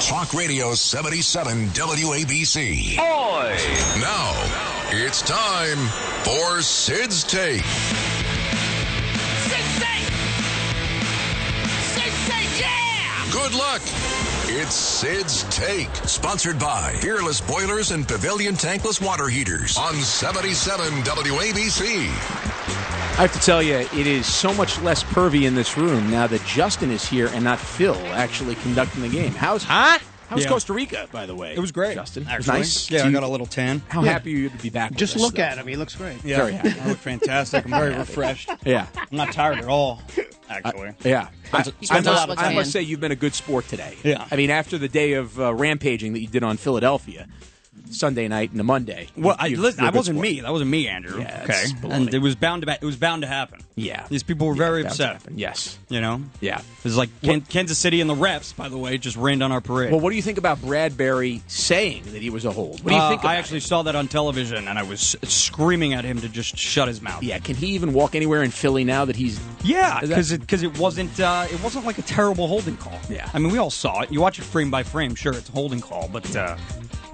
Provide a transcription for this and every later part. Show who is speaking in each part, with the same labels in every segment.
Speaker 1: Talk Radio 77 WABC.
Speaker 2: Boy!
Speaker 1: Now, it's time for Sid's Take.
Speaker 3: Six eight. Six eight, yeah.
Speaker 1: Good luck. It's Sid's Take, sponsored by Fearless Boilers and Pavilion Tankless Water Heaters on 77 WABC.
Speaker 4: I have to tell you, it is so much less pervy in this room now that Justin is here and not Phil actually conducting the game. How's
Speaker 5: Huh?
Speaker 4: how's
Speaker 6: Yeah.
Speaker 4: Costa Rica, by the way?
Speaker 6: It was great,
Speaker 4: Justin. It was
Speaker 6: Actually.
Speaker 4: nice.
Speaker 6: Yeah,
Speaker 4: Do
Speaker 6: I
Speaker 4: you-
Speaker 6: got a little tan.
Speaker 4: How happy are you to be back? with
Speaker 5: Just
Speaker 4: us,
Speaker 5: look
Speaker 4: though?
Speaker 5: at him. He looks great.
Speaker 6: Yeah,
Speaker 4: Very happy.
Speaker 6: I look fantastic. I'm very refreshed.
Speaker 4: Yeah,
Speaker 6: I'm not tired at all. Actually,
Speaker 4: yeah. I,
Speaker 6: He's
Speaker 4: I
Speaker 6: got a
Speaker 4: must,
Speaker 6: lot of
Speaker 4: I must
Speaker 7: tan.
Speaker 4: say you've been a good sport today.
Speaker 6: Yeah.
Speaker 4: I mean, after the day of uh, rampaging that you did on Philadelphia, Sunday night and the Monday.
Speaker 6: well, I,
Speaker 4: you-
Speaker 6: listen,
Speaker 4: you're a
Speaker 6: that
Speaker 4: good
Speaker 6: wasn't
Speaker 4: sport.
Speaker 6: me. That wasn't me, Andrew.
Speaker 4: Yeah,
Speaker 6: okay,
Speaker 4: it's baloney.
Speaker 6: and it was bound to ba- it was bound to happen.
Speaker 4: Yeah.
Speaker 6: these people were very
Speaker 4: That was
Speaker 6: upset.
Speaker 4: happening. Yes.
Speaker 6: You know,
Speaker 4: Yeah.
Speaker 6: It's like Ken- Kansas City and the refs. By the way, just rained on our parade.
Speaker 4: Well, what do you think about Bradbury saying that he was a hold? What do you
Speaker 6: Uh,
Speaker 4: think?
Speaker 6: I
Speaker 4: about
Speaker 6: actually
Speaker 4: it?
Speaker 6: saw that on television, and I was screaming at him to just shut his mouth.
Speaker 4: Yeah, can he even walk anywhere in Philly now that he's?
Speaker 6: Yeah,
Speaker 4: Is that-
Speaker 6: because it because it wasn't uh, it wasn't like a terrible holding call.
Speaker 4: Yeah.
Speaker 6: I mean we all saw it. You watch it frame by frame. Sure, it's a holding call, but uh,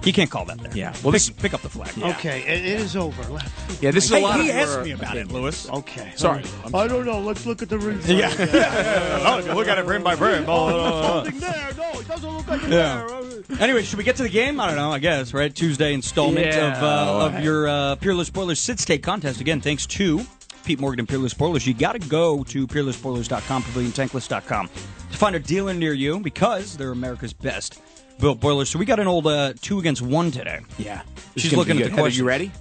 Speaker 6: you can't call that there.
Speaker 4: Yeah. Well,
Speaker 6: well, pick,
Speaker 4: this-
Speaker 6: pick up the flag.
Speaker 5: Okay, it, it is over. Let-
Speaker 4: Yeah, this is a
Speaker 6: Hey,
Speaker 4: lot
Speaker 6: he
Speaker 4: of. Oh.
Speaker 6: asked me about it, Lewis.
Speaker 5: Okay. Um,
Speaker 4: Sorry.
Speaker 5: I don't know. Let's look at the ring.
Speaker 4: Oh,
Speaker 6: look at it frame by frame.
Speaker 5: Nothing there. No, it doesn't look like Uh, it
Speaker 6: Anyway, should we get to the game? I don't know. I guess right. Tuesday installment
Speaker 4: Yeah,
Speaker 6: of uh, of your uh, Peerless Spoilers Sit State contest. Again, thanks to Pete Morgan and Peerless Spoilers. You got to go to peerlessspoilers.com, paviliontankless.com to find a dealer near you because they're America's best built boilers. So we got an old uh, two against one today.
Speaker 4: Yeah.
Speaker 6: She's looking at
Speaker 4: Heather,
Speaker 6: the
Speaker 4: you
Speaker 6: questions.
Speaker 4: ready?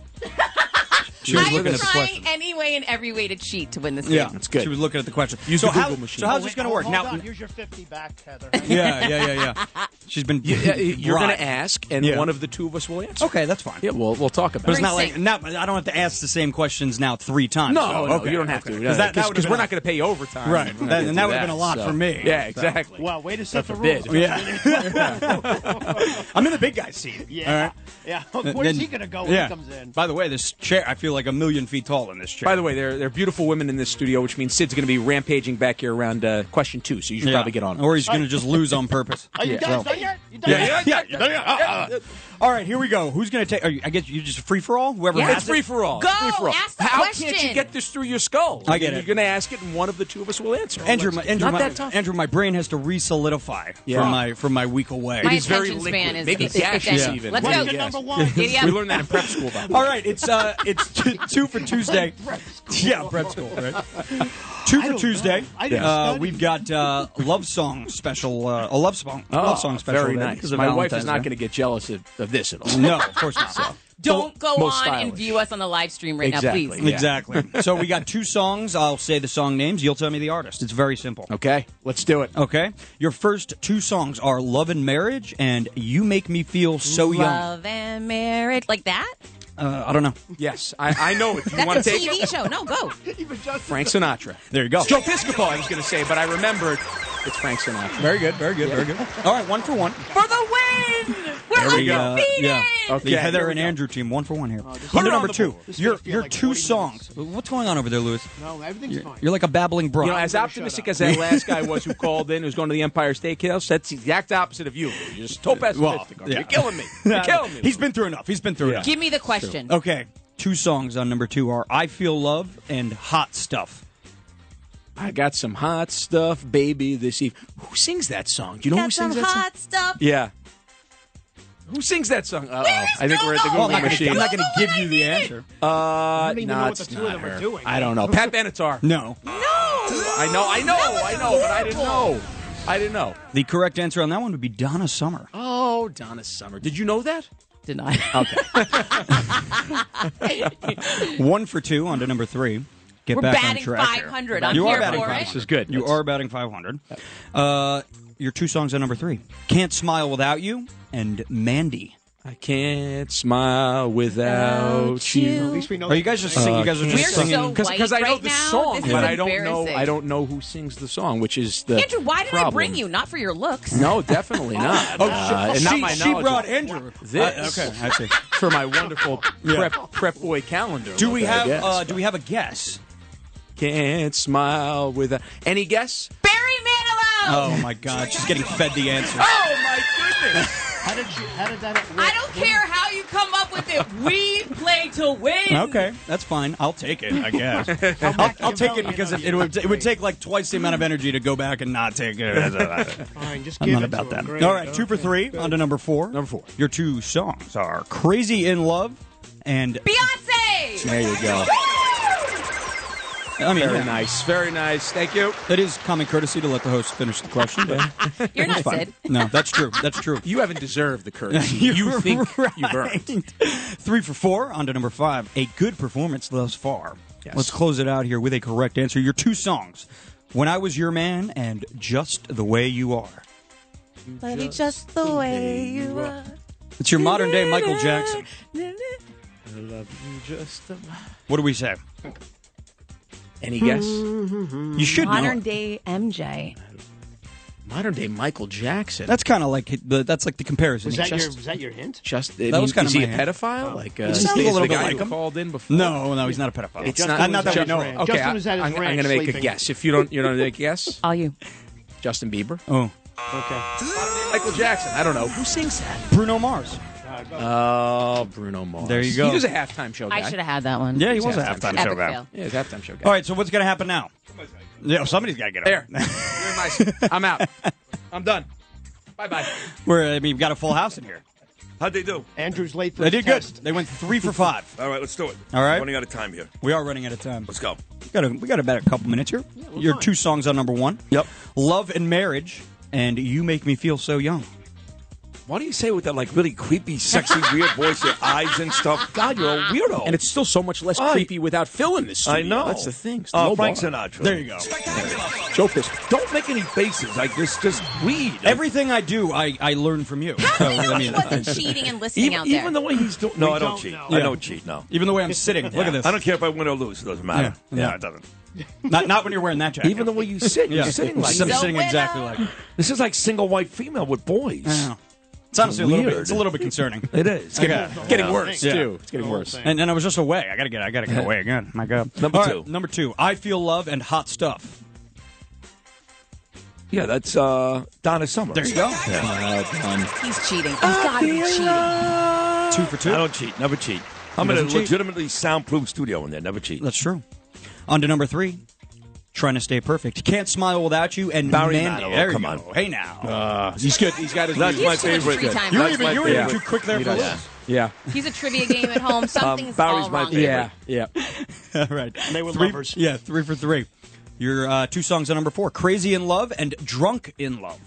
Speaker 6: She was
Speaker 7: I'm
Speaker 6: looking at the question.
Speaker 7: trying any way and every way to cheat to win this
Speaker 6: Yeah,
Speaker 7: game.
Speaker 4: That's good.
Speaker 6: She was looking at the question.
Speaker 4: Use
Speaker 6: so
Speaker 4: the
Speaker 6: how,
Speaker 4: Google machine.
Speaker 6: So how's this going to work?
Speaker 5: Hold
Speaker 6: Now,
Speaker 5: on. Here's your 50 back, Heather.
Speaker 6: yeah, yeah, yeah, yeah. She's been.
Speaker 4: Yeah, You're going
Speaker 6: bribed.
Speaker 4: to ask, and
Speaker 6: Yeah.
Speaker 4: one of the two of us will answer.
Speaker 6: Okay, that's fine.
Speaker 4: Yeah, we'll we'll talk
Speaker 6: But
Speaker 4: about
Speaker 6: it's
Speaker 4: it.
Speaker 6: not like
Speaker 7: Precinct.
Speaker 6: not. I don't have to ask the same questions now three times.
Speaker 4: No,
Speaker 6: so,
Speaker 4: no,
Speaker 6: okay,
Speaker 4: you don't have
Speaker 6: okay.
Speaker 4: to.
Speaker 6: Because that- that
Speaker 4: because
Speaker 6: would've
Speaker 4: we're
Speaker 6: been
Speaker 4: not going to pay you overtime.
Speaker 6: Right.
Speaker 4: We're not
Speaker 6: That-
Speaker 4: gonna
Speaker 6: and
Speaker 4: do
Speaker 6: that would've been a lot
Speaker 4: so-
Speaker 6: for me.
Speaker 4: Yeah,
Speaker 6: So-
Speaker 4: exactly.
Speaker 5: Wow, way to set the
Speaker 4: forbid.
Speaker 5: rules.
Speaker 6: Yeah. I'm in the big guy's seat.
Speaker 5: Yeah. Yeah. Where's
Speaker 6: Then-
Speaker 5: he going to go when
Speaker 6: yeah.
Speaker 5: he comes in?
Speaker 6: By the way, this chair, I feel like a million feet tall in this chair.
Speaker 4: By the way, there there are beautiful women in this studio, which means Sid's going to be rampaging back here around uh, question two. So you should
Speaker 6: Yeah.
Speaker 4: probably get on. it.
Speaker 6: Or he's going to just lose on purpose.
Speaker 5: Are you
Speaker 4: Yeah,
Speaker 5: guys
Speaker 4: well-
Speaker 5: done yet? You done
Speaker 6: yeah,
Speaker 5: yet?
Speaker 6: yeah, yeah, yeah, yeah, yeah. All right, here we go. Who's going to take? Are you, I guess you just free for all. Whoever
Speaker 7: Yeah.
Speaker 6: has
Speaker 4: it's free for all.
Speaker 7: Go,
Speaker 4: It's free for all.
Speaker 7: ask the
Speaker 4: How can't you
Speaker 7: question.
Speaker 4: get this through your skull?
Speaker 6: I get
Speaker 4: You're
Speaker 6: it.
Speaker 4: going to ask it, and one of the two of us will answer.
Speaker 6: Andrew, my, Andrew,
Speaker 4: not
Speaker 6: my,
Speaker 4: that tough.
Speaker 6: Andrew, my brain has to re-solidify
Speaker 4: Yeah.
Speaker 6: from my from my week away.
Speaker 7: My
Speaker 4: He's very
Speaker 7: attention
Speaker 4: liquid.
Speaker 7: span is
Speaker 4: Maybe
Speaker 7: it's- it's
Speaker 4: gaseous
Speaker 7: empty.
Speaker 4: even.
Speaker 7: Let's
Speaker 4: What
Speaker 7: go.
Speaker 4: do you guess?
Speaker 5: Number one.
Speaker 7: Giddy up.
Speaker 4: We learned that in prep school. By the way.
Speaker 6: All right, it's uh, it's t- two for Tuesday. Yeah, prep school, right? Two for
Speaker 5: don't
Speaker 6: Tuesday.
Speaker 5: know. I didn't
Speaker 6: Uh,
Speaker 5: study.
Speaker 6: we've got uh, love song special. Uh, a love song, love song special.
Speaker 4: Oh, Very
Speaker 6: then,
Speaker 4: nice.
Speaker 6: because of
Speaker 4: My wife is
Speaker 6: Valentine's
Speaker 4: not
Speaker 6: Day.
Speaker 4: going to get jealous of, of this at all.
Speaker 6: No, of course not.
Speaker 7: Don't go on
Speaker 4: Most
Speaker 7: and
Speaker 4: stylish.
Speaker 7: view us on the live stream right
Speaker 4: Exactly.
Speaker 7: now, please.
Speaker 4: Yeah.
Speaker 6: Exactly. so we got two songs. I'll say the song names. You'll tell me the artist. It's very simple.
Speaker 4: Okay, let's do it.
Speaker 6: Okay. Your first two songs are "Love and Marriage" and "You Make Me Feel So Young."
Speaker 7: Love and marriage, like that.
Speaker 6: Uh, I don't know.
Speaker 4: Yes, I, I know it. You want
Speaker 7: That's
Speaker 4: to
Speaker 7: a
Speaker 4: take
Speaker 7: TV
Speaker 4: it?
Speaker 7: show. No, go.
Speaker 4: Frank Sinatra.
Speaker 6: There you go.
Speaker 4: It's Joe Piscopo, I was going to say, but I remembered it's Frank Sinatra.
Speaker 6: Very good. Very good. Very good. All right, one for one.
Speaker 7: For the win. We're
Speaker 4: There we go.
Speaker 7: undefeated.
Speaker 6: uh, yeah.
Speaker 4: Okay,
Speaker 6: the
Speaker 4: here
Speaker 6: Heather
Speaker 4: we
Speaker 6: and
Speaker 4: go.
Speaker 6: Andrew team, one for one here.
Speaker 5: this
Speaker 6: Under number
Speaker 5: is- Put it on the
Speaker 6: two,
Speaker 5: board. This
Speaker 6: your
Speaker 5: might feel
Speaker 6: your
Speaker 5: like
Speaker 6: two
Speaker 5: 40
Speaker 6: songs. What's going on over there, Lewis?
Speaker 5: No, everything's fine.
Speaker 6: You're like a babbling brook.
Speaker 4: You know, as
Speaker 5: gonna
Speaker 4: optimistic
Speaker 5: shut up.
Speaker 4: as that last guy was who called in, who's going to the Empire State House, that's the exact opposite of you. You're just so pessimistic.
Speaker 6: yeah.
Speaker 4: You're killing me. You're killing me.
Speaker 6: He's been through enough. He's been through enough.
Speaker 7: Give me the question.
Speaker 6: Okay, two songs on number two are "I Feel Love" and "Hot Stuff."
Speaker 4: I got some hot stuff, baby, this eve. Who sings that song? Do you know who
Speaker 7: Got some
Speaker 4: sings that song?
Speaker 7: hot stuff.
Speaker 4: Yeah. Who sings that song? Uh-oh.
Speaker 7: Where is
Speaker 4: I think we're at the
Speaker 7: Google?
Speaker 4: Google
Speaker 7: Oh, I'm not gonna-
Speaker 4: machine.
Speaker 6: I'm not going to
Speaker 7: Google
Speaker 6: give
Speaker 7: what
Speaker 6: you
Speaker 7: I
Speaker 6: the
Speaker 7: needed.
Speaker 6: answer.
Speaker 4: Uh,
Speaker 5: don't even
Speaker 4: no,
Speaker 5: know what the
Speaker 4: it's
Speaker 5: two of
Speaker 4: not
Speaker 5: them are
Speaker 4: her.
Speaker 5: doing.
Speaker 4: I don't know. Pat Benatar.
Speaker 6: No,
Speaker 7: No.
Speaker 4: I know, I know, I know, but I didn't know. I didn't know.
Speaker 6: the correct answer on that one would be Donna Summer.
Speaker 4: Oh, Donna Summer. Did you know that?
Speaker 7: Did not.
Speaker 6: One for two on to number three. Get
Speaker 7: We're
Speaker 6: back
Speaker 7: batting
Speaker 6: on track here.
Speaker 7: 500. I'm
Speaker 6: you
Speaker 7: here
Speaker 6: are batting
Speaker 7: for
Speaker 6: 500.
Speaker 7: it. This
Speaker 4: is good.
Speaker 6: You
Speaker 4: That's-
Speaker 6: are batting 500. Uh, your two songs at number three "Can't Smile Without You" and "Mandy."
Speaker 4: I can't smile without
Speaker 7: Without
Speaker 4: you.
Speaker 7: you.
Speaker 5: At least we know.
Speaker 6: Are you guys just singing? You guys are
Speaker 7: We're
Speaker 6: just
Speaker 7: so
Speaker 6: singing.
Speaker 4: Because
Speaker 7: white
Speaker 4: I know
Speaker 7: right
Speaker 4: the
Speaker 7: now.
Speaker 4: song,
Speaker 7: This is
Speaker 4: but I don't know.
Speaker 7: embarrassing.
Speaker 4: I don't know who sings the song, which is the
Speaker 7: Andrew, why did I
Speaker 4: problem.
Speaker 7: bring you? Not for your looks.
Speaker 4: No, definitely not.
Speaker 6: Oh,
Speaker 4: Uh,
Speaker 6: she,
Speaker 4: and not
Speaker 6: she-
Speaker 4: my
Speaker 6: she
Speaker 4: knowledge
Speaker 6: brought
Speaker 4: of
Speaker 6: Andrew.
Speaker 4: This
Speaker 6: Uh, okay, I see.
Speaker 4: for my wonderful prep prep boy calendar.
Speaker 6: Do we
Speaker 4: look, I
Speaker 6: have
Speaker 4: guess.
Speaker 6: uh, Do we have a guess?
Speaker 4: Can't smile without any guess?
Speaker 7: Barry Manilow.
Speaker 6: Oh my God, she's getting fed the answer.
Speaker 4: Oh my goodness!
Speaker 5: How did you? How did that? Work?
Speaker 7: I don't care how you come up with it. We play to win.
Speaker 6: Okay, that's fine. I'll take it. I guess I'll, I'll take it because it, it would it would take like twice the amount of energy to go back and not take it.
Speaker 5: Fine, just
Speaker 6: I'm
Speaker 5: give
Speaker 6: not
Speaker 5: it
Speaker 6: about
Speaker 5: to
Speaker 6: that.
Speaker 5: him. Great.
Speaker 6: All right, two for three. On to number four. Number
Speaker 4: four.
Speaker 6: Your two songs are "Crazy in Love" and
Speaker 7: Beyonce.
Speaker 4: There you go.
Speaker 6: I mean,
Speaker 4: Very
Speaker 6: yeah,
Speaker 4: nice. Very nice. Thank you.
Speaker 6: it is common courtesy to let the host finish the question. But
Speaker 7: You're not
Speaker 6: it's fine.
Speaker 7: Sid.
Speaker 6: No, that's true. That's true.
Speaker 4: You haven't deserved the courtesy you
Speaker 6: You're
Speaker 4: think
Speaker 6: right.
Speaker 4: you've earned.
Speaker 6: Three for four. On to number five. A good performance thus far.
Speaker 4: Yes.
Speaker 6: Let's close it out here with a correct answer. Your two songs, "When I Was Your Man" and "Just the Way You Are."
Speaker 7: Buddy, just the way you are.
Speaker 6: It's your modern day Michael Jackson. What do we say?
Speaker 4: Any guess?
Speaker 6: You should know.
Speaker 7: Modern
Speaker 6: it.
Speaker 7: day MJ.
Speaker 4: Modern day Michael Jackson.
Speaker 6: That's kind of like the, that's like the comparison.
Speaker 5: Was that your?
Speaker 6: Just-
Speaker 5: Was that your hint?
Speaker 4: just. I
Speaker 6: That was
Speaker 4: mean,
Speaker 6: kinda
Speaker 4: is he a
Speaker 6: my hand.
Speaker 4: pedophile? Like uh,
Speaker 6: It
Speaker 4: is
Speaker 6: sounds a
Speaker 4: the
Speaker 6: little bit
Speaker 4: guy
Speaker 6: like
Speaker 4: who
Speaker 6: him.
Speaker 4: called in before?
Speaker 6: No, no, he's not a pedophile.
Speaker 4: It's
Speaker 5: Justin
Speaker 4: not,
Speaker 5: was
Speaker 4: not that
Speaker 5: at
Speaker 4: we
Speaker 5: his
Speaker 4: know.
Speaker 5: ranch.
Speaker 4: of. Okay,
Speaker 5: Justin was at his
Speaker 4: I, am going
Speaker 5: ranch
Speaker 4: to make a
Speaker 5: sleeping.
Speaker 4: guess. If you don't, you don't make a guess.
Speaker 7: All you.
Speaker 4: Justin Bieber,
Speaker 6: Oh,
Speaker 5: Okay.
Speaker 4: Michael Jackson. I don't know who sings that.
Speaker 6: Bruno Mars.
Speaker 4: Oh, Bruno Mars.
Speaker 6: There you go.
Speaker 4: He was a halftime show guy.
Speaker 7: I should have had that one.
Speaker 6: Yeah, he was a
Speaker 4: halftime
Speaker 6: halftime
Speaker 7: Epic
Speaker 6: show guy.
Speaker 7: fail.
Speaker 4: Yeah, he was a halftime show guy.
Speaker 6: All right, so what's going to happen now? Yeah, somebody's got to get
Speaker 4: There.
Speaker 6: up.
Speaker 4: You're my- I'm out. I'm done. Bye bye.
Speaker 6: We're, I mean, we've got a full house in here.
Speaker 2: How'd they do?
Speaker 5: Andrew's late for
Speaker 6: They
Speaker 5: his
Speaker 6: did good.
Speaker 5: test.
Speaker 6: They went three for five.
Speaker 2: All right, let's do it.
Speaker 6: All right.
Speaker 2: Running out of time here.
Speaker 6: We are running out of time.
Speaker 2: Let's go.
Speaker 6: We got a, we got about a couple minutes here. Your two songs on number one.
Speaker 2: Yep.
Speaker 6: Love and marriage, and you make me feel so young.
Speaker 2: Why do you say it with that like really creepy, sexy, weird voice, your eyes and stuff? God, you're a weirdo.
Speaker 4: And it's still so much less
Speaker 2: I-
Speaker 4: creepy without Phil in this studio.
Speaker 2: I know.
Speaker 4: That's the thing. It's
Speaker 2: Oh,
Speaker 4: low
Speaker 2: Frank
Speaker 4: bar.
Speaker 2: Sinatra.
Speaker 6: There you go.
Speaker 4: Joe Fisk.
Speaker 2: Don't make any faces like this. Just read.
Speaker 6: Everything I do, I, I learn from you. So, I mean,
Speaker 7: Wasn't cheating and listening
Speaker 2: even,
Speaker 7: out there.
Speaker 2: even the way he's doing. No, I don't,
Speaker 5: don't
Speaker 2: cheat.
Speaker 5: know.
Speaker 2: I
Speaker 6: Yeah.
Speaker 2: don't cheat. No.
Speaker 6: even the way I'm sitting. Look at this.
Speaker 2: I don't care if I win or lose. It doesn't matter.
Speaker 6: Yeah.
Speaker 2: Yeah,
Speaker 6: Yeah.
Speaker 2: it doesn't.
Speaker 6: Not, not when you're wearing that jacket.
Speaker 2: Even the way you sit, you're
Speaker 6: yeah.
Speaker 2: sitting like
Speaker 6: I'm
Speaker 7: So
Speaker 2: this.
Speaker 6: sitting
Speaker 7: when
Speaker 6: exactly
Speaker 7: I-
Speaker 6: like that.
Speaker 2: This is like single white female with boys.
Speaker 6: I know. It's honestly a little bit.
Speaker 2: Weird.
Speaker 6: It's a little bit concerning.
Speaker 2: It is. It's
Speaker 6: Okay.
Speaker 2: getting-
Speaker 4: Getting
Speaker 5: Yeah.
Speaker 4: worse
Speaker 6: Yeah.
Speaker 4: too. It's getting
Speaker 5: The whole
Speaker 4: worse.
Speaker 5: thing.
Speaker 6: And, and I was just away. I gotta get. I gotta get away again. My God.
Speaker 2: Number
Speaker 6: All
Speaker 2: two.
Speaker 6: number two. I feel love and hot stuff.
Speaker 2: Yeah, that's uh, Donna Summers.
Speaker 6: There you go.
Speaker 7: He's cheating. He's got to be cheating.
Speaker 6: Two for two.
Speaker 2: I don't cheat. Never cheat. I'm in a
Speaker 6: doesn't cheat.
Speaker 2: legitimately soundproof studio in there. Never cheat.
Speaker 6: That's true. On to number three. Trying to stay perfect. Can't smile without you. And
Speaker 2: Barry
Speaker 6: Mandy.
Speaker 2: Manilow,
Speaker 6: There you
Speaker 2: Oh, come
Speaker 6: go.
Speaker 2: on.
Speaker 6: Hey now.
Speaker 4: He's good. He's got his.
Speaker 2: That's
Speaker 7: He's
Speaker 2: my
Speaker 7: too much
Speaker 2: favorite.
Speaker 7: free time.
Speaker 2: That's
Speaker 7: You're
Speaker 6: even,
Speaker 2: my
Speaker 6: you were even
Speaker 2: favorite.
Speaker 6: too quick there for
Speaker 2: Yeah.
Speaker 6: this.
Speaker 4: Yeah.
Speaker 7: He's a trivia game at home.
Speaker 4: Um,
Speaker 7: Something's
Speaker 2: Barry's
Speaker 7: all
Speaker 2: my
Speaker 7: wrong. with
Speaker 2: favorite.
Speaker 7: him.
Speaker 4: Yeah. Yeah.
Speaker 6: All right.
Speaker 5: They were
Speaker 6: three,
Speaker 5: lovers.
Speaker 6: Yeah, three for three. Your uh, two songs on number four Crazy in Love and Drunk in Love.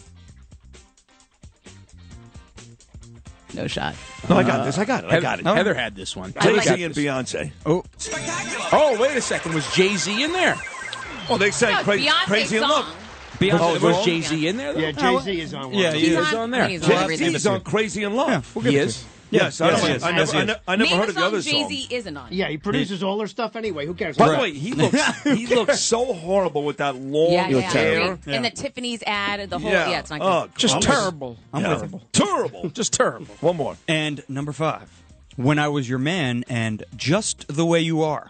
Speaker 7: No shot.
Speaker 2: No, I got this. I got it. I got it.
Speaker 4: Heather had this one.
Speaker 7: I
Speaker 2: Jay
Speaker 7: like
Speaker 2: Z
Speaker 7: it.
Speaker 2: and Beyonce.
Speaker 4: Oh, wait a second. Was Jay Z in there?
Speaker 2: Oh, they sang
Speaker 7: No, it's
Speaker 2: crazy,
Speaker 7: Beyonce's
Speaker 2: crazy in
Speaker 7: song.
Speaker 2: love.
Speaker 6: Beyonce
Speaker 4: Oh,
Speaker 6: was
Speaker 4: was Jay Z in there? though?
Speaker 5: Yeah, Jay Z is on one.
Speaker 6: Yeah,
Speaker 4: He
Speaker 6: yeah.
Speaker 4: is on
Speaker 7: I
Speaker 4: there.
Speaker 7: mean, he's on
Speaker 2: Jay
Speaker 7: everything.
Speaker 2: Z's on crazy in love.
Speaker 6: We'll give
Speaker 4: He
Speaker 6: it to
Speaker 4: is.
Speaker 6: you.
Speaker 2: Yes, I,
Speaker 6: Yes, yes,
Speaker 2: don't- I
Speaker 6: yes,
Speaker 2: never, I
Speaker 6: yes.
Speaker 2: ne- I never
Speaker 7: Name
Speaker 2: heard
Speaker 7: a
Speaker 2: of the
Speaker 7: song
Speaker 2: other
Speaker 7: Jay
Speaker 2: song.
Speaker 7: Z isn't on.
Speaker 5: Yeah, he produces all their stuff anyway. Who cares?
Speaker 2: By
Speaker 5: Right.
Speaker 2: the way, he looks he looks so horrible with that long
Speaker 7: Yeah, yeah,
Speaker 2: hair.
Speaker 7: yeah. And the Tiffany's ad, and the whole yeah, it's not good.
Speaker 2: Oh,
Speaker 4: Just
Speaker 2: God.
Speaker 4: terrible.
Speaker 6: I'm
Speaker 2: Yeah.
Speaker 6: with him.
Speaker 2: Terrible.
Speaker 4: Just terrible.
Speaker 2: One more.
Speaker 6: And number five, When I Was Your Man and Just the Way You Are.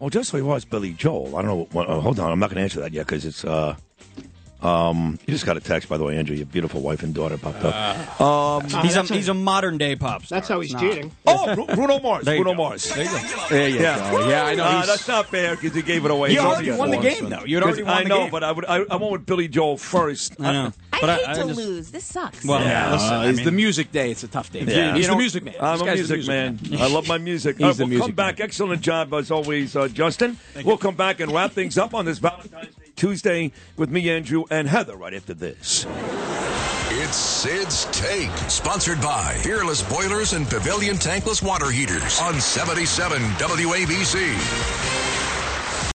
Speaker 2: Well, Oh, just so he was Billy Joel. I don't know. What, oh, hold on, I'm not going to answer that yet because it's. Uh, um, you just got a text, by the way, Andrew, your beautiful wife and daughter popped up.
Speaker 6: he's, a,
Speaker 5: that's
Speaker 6: he's a modern day pop star.
Speaker 5: that's how he's
Speaker 6: It's not-
Speaker 5: cheating.
Speaker 2: oh, Bru- Bruno Mars.
Speaker 6: There you
Speaker 2: Bruno
Speaker 6: go.
Speaker 2: Mars.
Speaker 6: There you go.
Speaker 4: There you
Speaker 2: Yeah.
Speaker 4: go. Yeah, I know.
Speaker 2: Uh,
Speaker 4: he's-
Speaker 2: that's not fair because he gave it away.
Speaker 6: You
Speaker 2: He's
Speaker 6: already
Speaker 2: only
Speaker 6: won the
Speaker 2: got
Speaker 6: game,
Speaker 2: one.
Speaker 6: though. You'd already won
Speaker 2: I
Speaker 6: the
Speaker 2: know,
Speaker 6: game.
Speaker 2: but I would. I, I went with Billy Joel first.
Speaker 6: I know.
Speaker 7: I
Speaker 6: But
Speaker 7: hate
Speaker 6: I
Speaker 7: to
Speaker 6: just-
Speaker 7: lose. This sucks.
Speaker 6: Well,
Speaker 4: Yeah,
Speaker 6: yeah,
Speaker 4: listen,
Speaker 6: I
Speaker 4: it's
Speaker 6: mean-
Speaker 4: the music day. It's a tough day.
Speaker 2: Yeah.
Speaker 4: He's
Speaker 2: You know,
Speaker 4: the music man.
Speaker 2: I'm
Speaker 4: This
Speaker 2: a
Speaker 4: guy's the
Speaker 2: music, man. I love my music.
Speaker 4: He's
Speaker 2: All right,
Speaker 4: the
Speaker 2: we'll
Speaker 4: music
Speaker 2: come back. Excellent job as always, uh, Justin. we'll come back and wrap things up on this Valentine's Day Tuesday with me, Andrew, and Heather right after this.
Speaker 1: It's Sid's Take, sponsored by Fearless Boilers and Pavilion Tankless Water Heaters on 77 WABC.